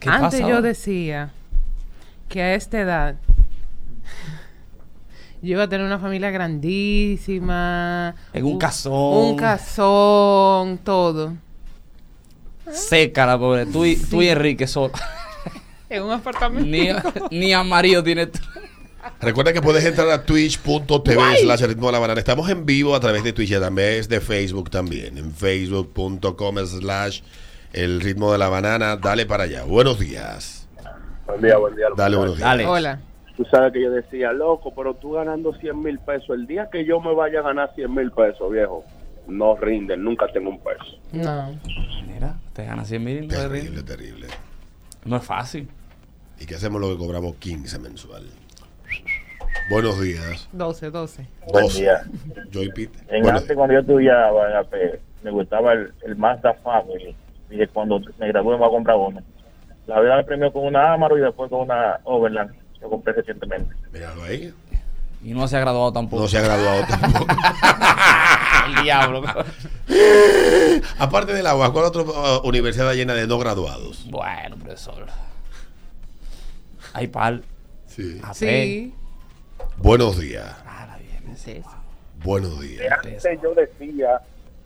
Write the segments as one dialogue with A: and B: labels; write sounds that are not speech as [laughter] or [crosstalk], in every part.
A: ¿Qué
B: Antes
A: pasa
B: yo
A: ahora?
B: decía que a esta edad yo iba a tener una familia grandísima.
A: En un casón.
B: Un casón, todo. "Ah".
A: Seca la pobre. Tú y, tú y Enrique
B: [laughs]
A: solo.
B: En un apartamento.
A: ni, ni amarillo tiene tú.
C: Recuerda que puedes entrar a twitch.tv slash el ritmo de la banana. Estamos en vivo a través de Twitch y a través de Facebook también. En facebook.com slash el ritmo de la banana. Dale para allá. Buenos días.
D: Buen día, buen día.
C: Dale, buenos días.
A: Dale.
B: Hola.
D: Tú sabes que yo decía, loco, pero tú ganando 100 mil pesos, el día que yo me vaya a ganar 100 mil pesos, viejo, no rinden, nunca tengo un peso.
B: No.
A: Mira, te ganas 100 mil. no te
C: Terrible,
A: rindes.
C: terrible.
A: No es fácil.
C: ¿Y qué hacemos lo que cobramos 15 mensual? Buenos días.
B: 12, 12.
D: Buen
C: 12.
D: día.
C: Joy Pete.
D: En
C: Bueno,
D: antes, cuando yo estudiaba en AP, me gustaba el, el Mazda Family. Y de cuando me gradué, me voy a comprar uno. La vida me premió con una Amaro y después con una Overland que compré recientemente.
C: míralo ahí.
A: Y no se ha graduado tampoco.
C: No se ha graduado tampoco.
A: [laughs]
C: [laughs]
A: El diablo. [laughs]
C: Aparte del agua, ¿cuál otra uh, universidad está llena de no graduados?
A: bueno, profesor. Hay pal.
C: Sí.
B: Sí.
C: Buenos días.
A: Ahora viene.
B: Sí, sí.
C: Buenos días.
A: este.
D: Antes yo decía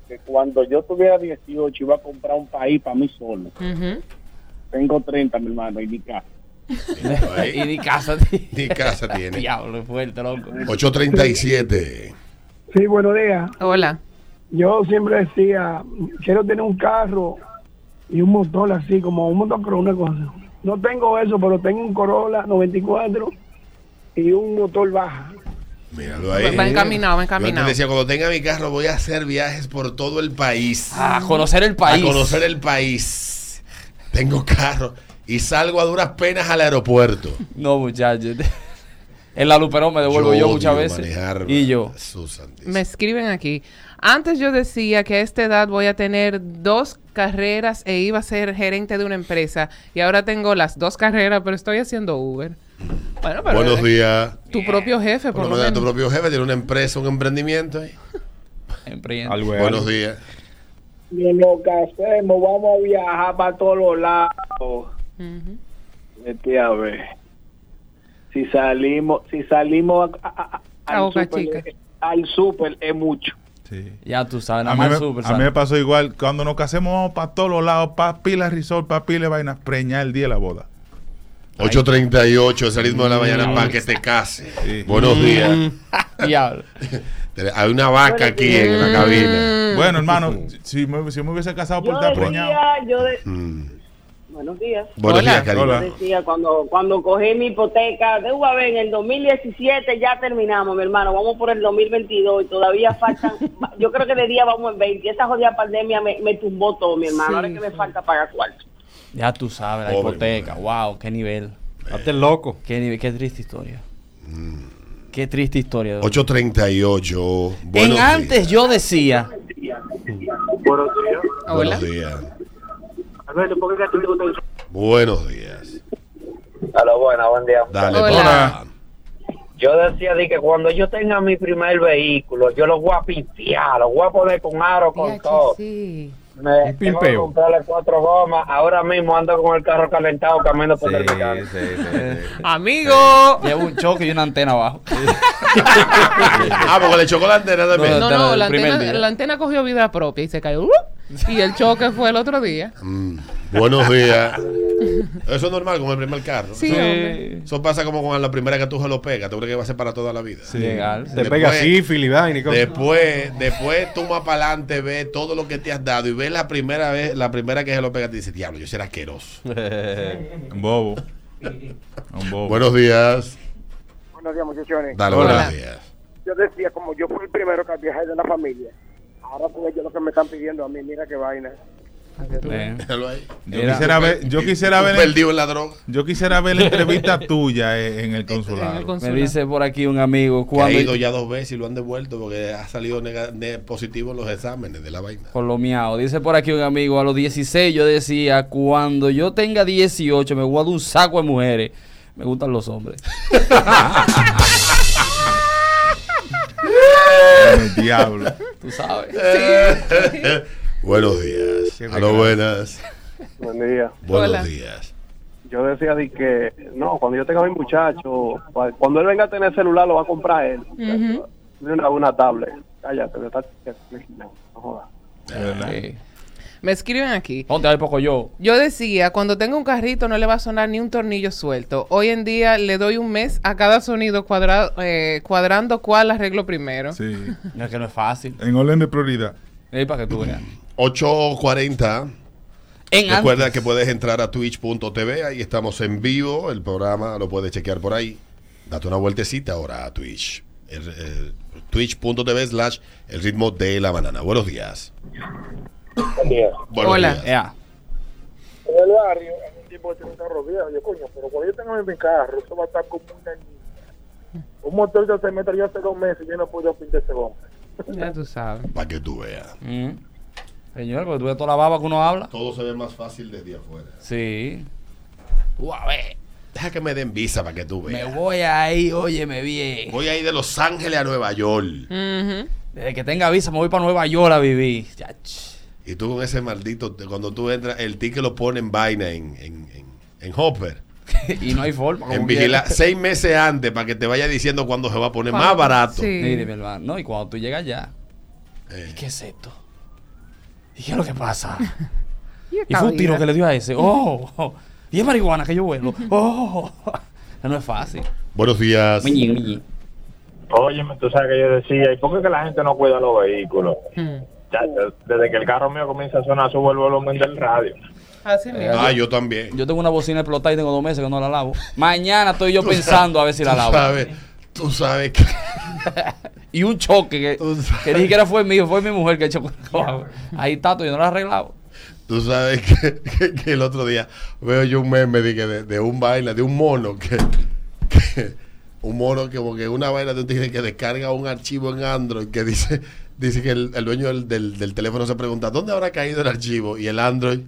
D: que cuando yo tuviera 18 iba a comprar un país para mí solo.
B: Ujú.
D: Tengo 30, mi hermano, y mi casa.
A: [laughs]
C: Míralo
A: y
C: ahí.
A: ni casa tiene.
C: Ni casa tiene.
A: Diablo, es fuerte, loco.
C: 837.
E: Sí, buenos días.
B: Hola.
E: Yo siempre decía, quiero tener un carro y un motor así, como un motor una cosa. No tengo eso, pero tengo un Corolla 94 y un motor baja.
C: Míralo ahí.
B: Va encaminado, va
C: Yo
B: encaminado.
C: antes decía, cuando tenga mi carro voy a hacer viajes por todo el país.
A: A conocer el Ah, país.
C: A conocer el país. Tengo carro y salgo a duras penas al aeropuerto.
A: No, muchachos. [laughs] En la Luperón me devuelvo yo,
C: odio
A: muchas veces.
C: manejar,
A: y yo.
C: Jesús santísimo.
B: Me escriben aquí. Antes yo decía que a esta edad voy a tener dos carreras e iba a ser gerente de una empresa. Y ahora tengo las dos carreras, pero estoy haciendo Uber. Bueno, pero
C: Buenos
B: eh,
C: días.
B: tu propio jefe, por lo
C: Por lo menos tu
B: menos.
C: propio jefe tiene una empresa, un emprendimiento. ahí.
A: Emprendo.
F: Algo es
C: Buenos
F: algo.
C: días.
E: Y lo que hacemos, vamos a viajar para todos los lados.
B: Ujú.
E: Vete a ver. Si salimos, si salimos a, a-
B: A Boca Chica.
E: eh, al super es mucho.
F: Sí.
A: Ya tú sabes,
F: A
A: nada
F: mí,
A: más el
F: me,
A: súper,
F: a mí
A: ¿sabes?
F: me pasó igual. Cuando nos casemos, vamos para todos los lados, para pila risol, para pila vainas, preñar el día de la boda.
C: 8.38, es el ritmo de la
A: Mm.
C: mañana para que te case.
F: Sí.
C: Buenos días. Mm.
A: Diablo.
C: Hay una vaca aquí en la
B: Mm.
C: cabina.
F: Bueno, hermano, si me, si me hubiese casado por estar preñado.
G: yo de-
C: Mm.
G: Buenos días.
C: Buenos
B: Hola.
C: días, cariño.
F: Hola.
G: Decía, cuando, cuando cogí mi hipoteca de UAB en el 2017, ya terminamos, mi hermano. Vamos por el 2022 y todavía
B: [laughs]
G: faltan. yo creo que de día vamos en 20. Esa jodida pandemia me, me tumbó todo, mi hermano. Ahora
B: Sí,
G: es que me
B: sí.
G: falta pagar cuarto.
A: Ya tú sabes, la
C: Pobre
A: hipoteca. Wow, qué nivel.
F: Hazte loco.
A: Qué nivel, qué triste historia. Qué triste historia. de-
C: 8.38.
A: en
C: Buenos
A: antes
C: días.
A: yo decía.
D: Buenos días.
B: Hola.
C: Buenos días.
D: Alberto, ¿por qué que tú te
C: Buenos días.
D: Hola, buena, buen día.
C: Dale,
B: Hola.
C: hola.
D: Yo decía de que cuando yo tenga mi primer vehículo, yo lo voy a pimpear, lo voy a poner con aro, con
B: Diache,
D: todo.
B: sí.
D: Me
F: Un
D: tengo que
F: pimpeo.
D: comprarle cuatro gomas. Ahora mismo ando con el carro calentado caminando por el mercado.
F: [laughs]
B: Amigo.
A: Llevo un choque y una antena abajo.
C: [laughs] Ah, porque le chocó la antena también.
B: No,
A: Desde
B: no,
A: el
B: la
A: primer
B: antena,
A: día.
B: la antena cogió vida propia y se cayó. ¡Uh! Y el choque fue el otro
D: [laughs]
B: día.
C: Mm, Buenos días. Eso es normal con el primer carro.
B: Sí, hombre.
C: Eso pasa como con la primera que tú se lo pegas. Tú crees que va a ser para toda la vida.
A: Legal. eh.
C: Después-
H: Te pega sífilis, vaina y cosas.
C: Después, después tú más para adelante ves todo lo que te has dado y ves la primera vez, la primera que se lo pega, te dice, diablo, yo seré asqueroso.
F: Un bobo. Un bobo.
C: Buenos días.
E: Buenos días, muchachones.
C: Dale,
B: Hola.
C: buenos días.
E: yo decía, como yo fui el primero que viajé de la familia, ahora pues yo lo que me están pidiendo a mí, mira qué vaina.
A: Bien.
C: Déjalo ahí.
F: yo,
A: Mira.
F: quisiera ver, yo quisiera
C: Un
F: ver,
C: Perdido en la droga.
F: yo quisiera ver la entrevista tuya eh,
B: En
F: en el
B: el
F: consulado.
B: cons-
A: Me dice por aquí un amigo.
C: Que ha
A: Cuando
C: ido ya dos veces y lo han devuelto porque ha salido nega- ne- positivo en los exámenes de
B: [laughs]
C: la vaina.
A: Por lo miau. Dice por aquí un amigo, a los 16 yo decía, cuando yo tenga 18 me voy a dar un saco de mujeres. Me gustan los hombres.
F: Con el diablo.
A: Tú sabes.
C: [laughs] buenos días.
F: Qué
C: A lo
F: pecado.
C: buenas.
D: Buen día.
C: Buenos
B: Hola.
C: días.
E: yo decía de que no, cuando yo tenga a mi muchacho, cua- cuando él venga a tener celular lo va a comprar él.
B: Ujú.
E: Dile Una, una tablet. Cállate, me está no, no jodas.
A: Sí.
B: Me escriben aquí.
A: Ponte ahí poco yo.
B: Yo decía, cuando tenga un carrito no le va a sonar ni un tornillo suelto. Hoy en día le doy un mes a cada sonido cuadra- eh, cuadrando cuál arreglo primero.
F: Sí.
A: No es que no es fácil.
F: En orden de prioridad.
A: Es para que tú veas.
C: Mm. 8.40.
A: En
C: Recuerda
A: antes.
C: que puedes entrar a twitch.tv, ahí estamos en vivo, el programa lo puedes chequear por ahí. Date una vueltecita ahora a Twitch. El- el- Twitch.tv slash el ritmo de la banana. Buenos días.
D: Buen día.
C: Buenos
B: Hola.
C: días.
A: Ya.
D: En el barrio hay un tipo que tiene un carro viejo. Yo, coño, pero cuando yo tenga mi carro, eso va a estar como una niña. Un motor de 6 metros, yo hace dos meses yo no pude pintar ese hombre.
B: Ya tú sabes.
C: Para que tú veas.
A: Mm. Señor, porque tú ves toda la baba que uno habla.
C: Todo se ve más fácil desde afuera.
A: Sí. Tú a ver.
C: Deja que me den visa para que tú
A: Me
C: veas.
A: voy ahí, óyeme bien.
C: Pues, Voy a ir de Los Ángeles a Nueva York.
B: Ujú.
A: Desde que tenga visa me voy para Nueva York a vivir. Chach.
C: Y tú con ese maldito, cuando tú entras, el ticket lo pone en vaina, en, en, en, en hopper.
A: y no hay forma.
C: En
A: como
C: vigila
A: quiera.
C: seis meses antes para que te vaya diciendo cuándo se va a poner
B: Cuando-
C: más barato.
B: sí.
A: Mire, mi hermano. No, y cuando tú llegas allá.
C: Eh,
A: ¿Y qué es esto? ¿Y qué es lo que pasa? y
B: esta
A: fue un tiro
B: vida?
A: que le dio a ese. Oh, oh. y es marihuana que yo vuelo. Oh, [laughs] no es fácil.
C: Buenos días.
A: Muñi, muñi.
D: Óyeme, tú sabes que yo decía, ¿y por qué que la gente no cuida los vehículos?
B: Mm.
D: Chacho, desde que el carro mío comienza a sonar, subo el volumen del radio.
B: Así mismo.
C: Ah, yo también.
A: Yo tengo una bocina explotada y tengo dos meses que no la lavo. Mañana estoy yo pensando a ver si la
C: tú
A: lavo.
C: sabes, tú sabes que
A: Y un choque que,
C: Tú sabes.
A: que ni siquiera fue mío, fue mi mujer que chocó. Ahí tato, yo no la he arreglado.
C: tú sabes que, que- que el otro día veo yo un meme de, que de, de un baila, de un mono que, que- un mono que porque una vaina de un tigre que descarga un archivo en Android que dice dice que el, el dueño del, del- del teléfono se pregunta ¿dónde habrá caído el archivo? y el Android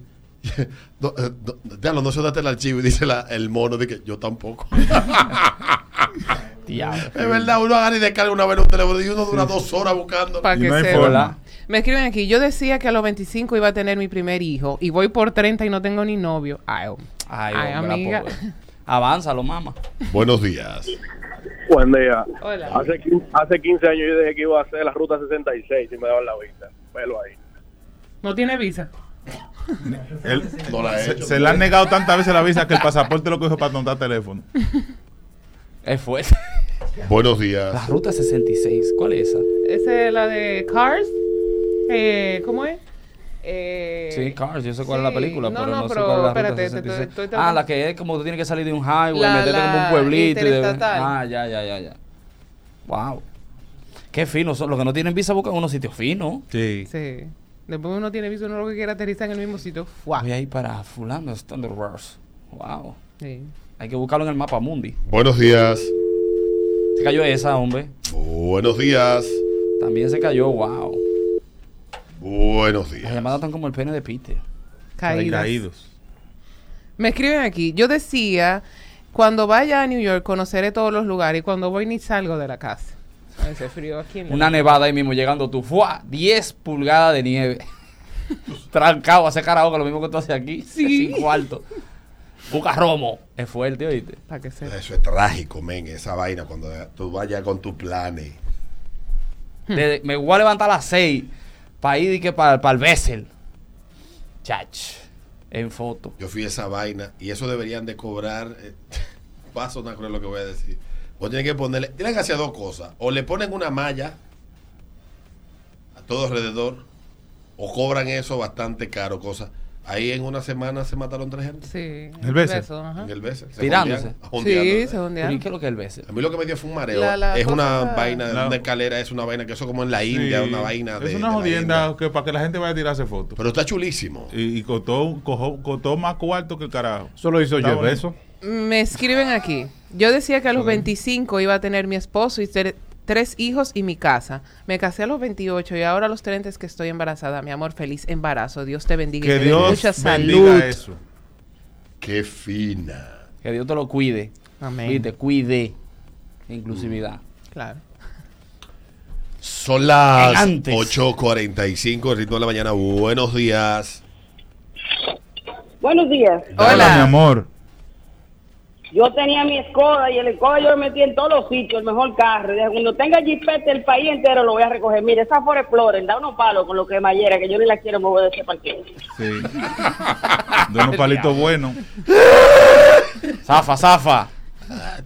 C: [laughs] no, eh, no, diablo, no se date el archivo y dice la- el mono de que yo tampoco
F: [laughs]
A: Diablo.
C: Es verdad, uno agarra y descarga una vez un teléfono y uno dura dos horas buscando.
B: Para
F: Y
B: que
F: no hay
B: sepa.
A: forma.
B: Me escriben aquí, yo decía que a los 25 iba a tener mi primer hijo y voy por 30 y no tengo ni novio. Ay, hom-
A: Ay, hombre,
B: ay,
A: la
B: amiga.
A: pobre. Avánzalo, mamá.
C: Buenos días.
E: Buen día.
B: Hola.
E: Hace, quin- hace 15 años yo dije que iba a hacer la ruta 66 y me daban la vista. Velo ahí.
B: ¿No tiene visa?
F: Él-
C: No la he
F: se,
C: hecho.
F: se le han negado tantas veces la visa que el pasaporte lo cogió para tontar teléfono.
A: Es
C: [laughs]
A: fuerte.
C: Buenos
A: La
C: días.
A: ruta 66, ¿cuál es esa?
B: Esa es la de Cars. Eh, ¿Cómo es? Eh,
A: Sí, Cars, yo sé cuál es
B: sí.
A: la película,
B: No,
A: pero
B: no,
A: no, sé
B: pero
A: cuál es la
B: espérate, te-
A: ruta 66.
B: estoy
A: ah,
B: tratando-
A: la que es como tú tienes que salir de un highway,
B: La-
A: meterte como
B: la
A: un pueblito. y de-
B: interestatal.
A: Ah, ya, ya, ya, ya. Wow. Qué finos son. Los que no tienen visa buscan unos sitios finos.
F: Sí.
B: Sí. Después uno tiene visa, uno lo que quiere aterrizar en el mismo sitio. Fuá.
A: Voy a ir para fulano, Standard Wars. Wow.
B: Sí.
A: Hay que buscarlo en el mapa mundi.
C: Buenos días.
A: Se cayó esa, hombre.
C: Buenos días.
A: También se cayó, wow.
C: Buenos
A: Las
C: días.
A: llamadas están como el pene de Peter.
B: Caídas.
F: Caídos.
B: Me escriben aquí, yo decía, cuando vaya a New York conoceré todos los lugares y cuando voy ni salgo de la casa. Ese frío aquí en la-
A: Una nevada ahí mismo llegando tú. ¡Fua! 10 pulgadas de nieve. Trancado, hace karaoke, lo mismo que tú haces aquí.
B: Sí.
A: [laughs] Sin cuarto. Busca romo. Es fuerte, oíste.
B: Para que sepa.
C: Eso es trágico, men, esa vaina cuando tú vayas con tus planes.
A: Desde- me voy a levantar a las 6 para ir y que para el Bessel. Chach. En foto.
C: Yo fui a esa vaina y eso deberían de cobrar. eh, [laughs] Va a sonar cruel lo que voy a decir. Vos tienen que ponerle. Tienen que hacer dos cosas. O le ponen una malla a todo alrededor. O cobran eso bastante caro. Cosa. Ahí en una semana se mataron tres gente.
B: Sí.
F: El beso.
B: ajá.
C: En el Bessel. Se
A: Tirándose.
C: jondean,
B: Sí,
C: jondeando.
B: se
A: Pero, ¿Y
B: ondean.
A: qué es lo que es el Bessel?
C: A mí lo que me dio fue un mareo.
B: La- la
C: es una
B: cosa-
C: vaina,
F: No.
C: una escalera, es una vaina que eso como en la India,
F: Sí.
C: una vaina de.
F: Es
C: de
F: una
C: la
F: jodienda
C: India.
F: que para que la gente vaya a tirarse fotos.
C: Pero está chulísimo.
F: Y, y costó, cojo- costó más cuarto que el carajo.
H: Eso lo hizo
F: Está
H: yo,
F: bonito.
H: eso.
B: Me escriben aquí, yo decía que a los 25 iba a tener mi esposo y ter- tres hijos y mi casa. Me casé a los 28 y ahora a los 30 es que estoy embarazada. Mi amor, feliz embarazo. Dios te bendiga. y
F: Que
B: te dé
F: Dios
B: mucha
F: bendiga
B: salud.
F: eso.
C: Qué fina.
A: Que Dios te lo cuide.
B: Amén.
A: Viste, cuide. Inclusividad.
B: Claro.
C: Son las
A: Elegantes.
C: 8.45, el ritmo de la mañana. Buenos días.
G: Buenos días.
B: Hola.
F: mi amor.
G: Yo tenía mi escoda y el escoda yo lo metí en todos los sitios, el mejor carro. Dije, Cuando tenga jipete el país entero lo voy a recoger. Mire, esa Ford Explorer, da unos palos con lo que es Mayera, que yo ni la quiero mover de ese parqueo.
F: Sí. [laughs] De unos palitos buenos.
A: Zafa,
C: [laughs]
A: zafa.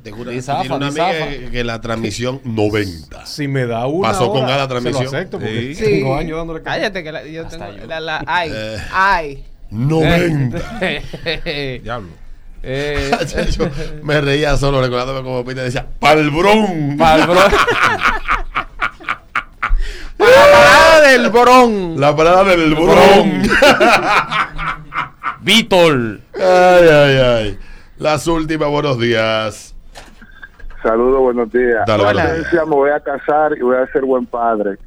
C: Te juro,
A: Di
C: tiene
A: zafa,
C: una
A: di
C: amiga
A: zafa.
C: que, que la
A: [laughs]
C: transmisión 90.
H: Si me da una.
C: Pasó con
H: hora,
C: gala transmisión.
H: Se lo acepto porque
F: Sí.
H: tengo años dándole ca-
B: Cállate que la, yo tengo
A: yo.
B: la, la ay,
C: Eh.
B: ay.
C: 90.
A: Eh,
F: Diablo.
C: [laughs] Yo me reía solo recordándome como Peter decía, ¡Palbrón!
A: pa'l
C: [laughs]
A: bro-
B: del bron.
C: La parada del bron. [laughs]
A: Vítor.
C: ay, ay, ay. Las últimas, buenos días.
I: Saludos, buenos días.
C: Dale,
I: Yo
C: buenos
I: le
C: días.
I: decía, me voy a casar y voy a ser buen padre.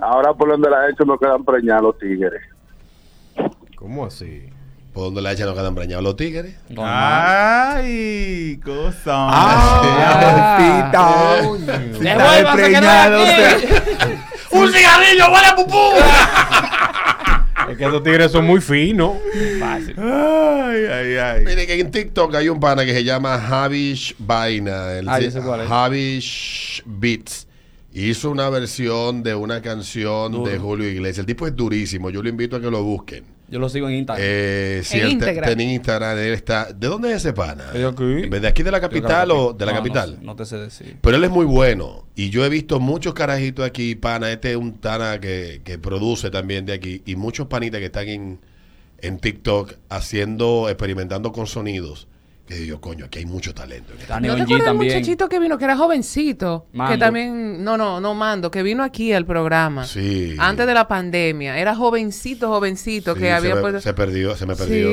I: Ahora por donde la he hecho no quedan preñados los tigres.
H: ¿Cómo así?
C: ¿Por dónde la echan nos quedan preñados los tigres? Ah.
A: Normal.
F: Ay, cosa.
A: Ah.
H: Ah, Tita,
C: Eh.
H: Tita
A: Devuélvase, que no
H: preñada,
A: la
H: usted.
C: ¡Un cigarrillo, huele a pupú!
H: Es que esos tigres son muy finos.
A: Fácil.
F: Ay, ay, ay.
C: Mire que en TikTok hay un pana que se llama Javish Vaina. El
A: Ah,
C: sí-
A: yo sé cuál es.
C: Javish Beats. Hizo una versión de una canción de Julio Iglesias. El tipo es durísimo. Yo lo invito a que lo busquen.
A: Yo lo sigo en Instagram.
C: Eh, si
B: En
C: él te-
B: Instagram.
C: está en Instagram, él está. ¿De dónde es ese pana?
A: Es de aquí.
C: ¿De aquí de la capital o de la
A: No, no
C: capital?
A: sé, No, te sé decir.
C: Pero él es muy bueno. Y yo he visto muchos carajitos aquí, pana. Este es un tana que, que produce también de aquí. Y muchos panitas que están en, en TikTok haciendo, experimentando con sonidos. Que digo, coño, aquí hay mucho talento.
A: Dani
B: ¿No te
A: Onji
B: acuerdas del
A: también.
B: muchachito que vino, que era jovencito?
A: Mando.
B: Que también, no, no, no mando, que vino aquí al programa.
C: Sí.
B: Ah. Antes de la pandemia. Era jovencito, jovencito,
C: Sí,
B: que había
C: se, me,
B: puesto.
C: se perdió, se me
B: Sí.
C: perdió.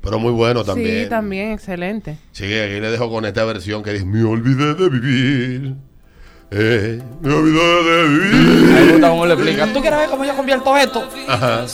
C: Pero muy bueno también.
B: Sí, también, excelente.
C: Sí, aquí le dejo con esta versión que dice, me olvidé de vivir. Eh, me olvidé de
A: Me
C: vivir.
A: gusta cómo le explica. ¿Tú quieres ver cómo yo convierto esto?
C: Ajá.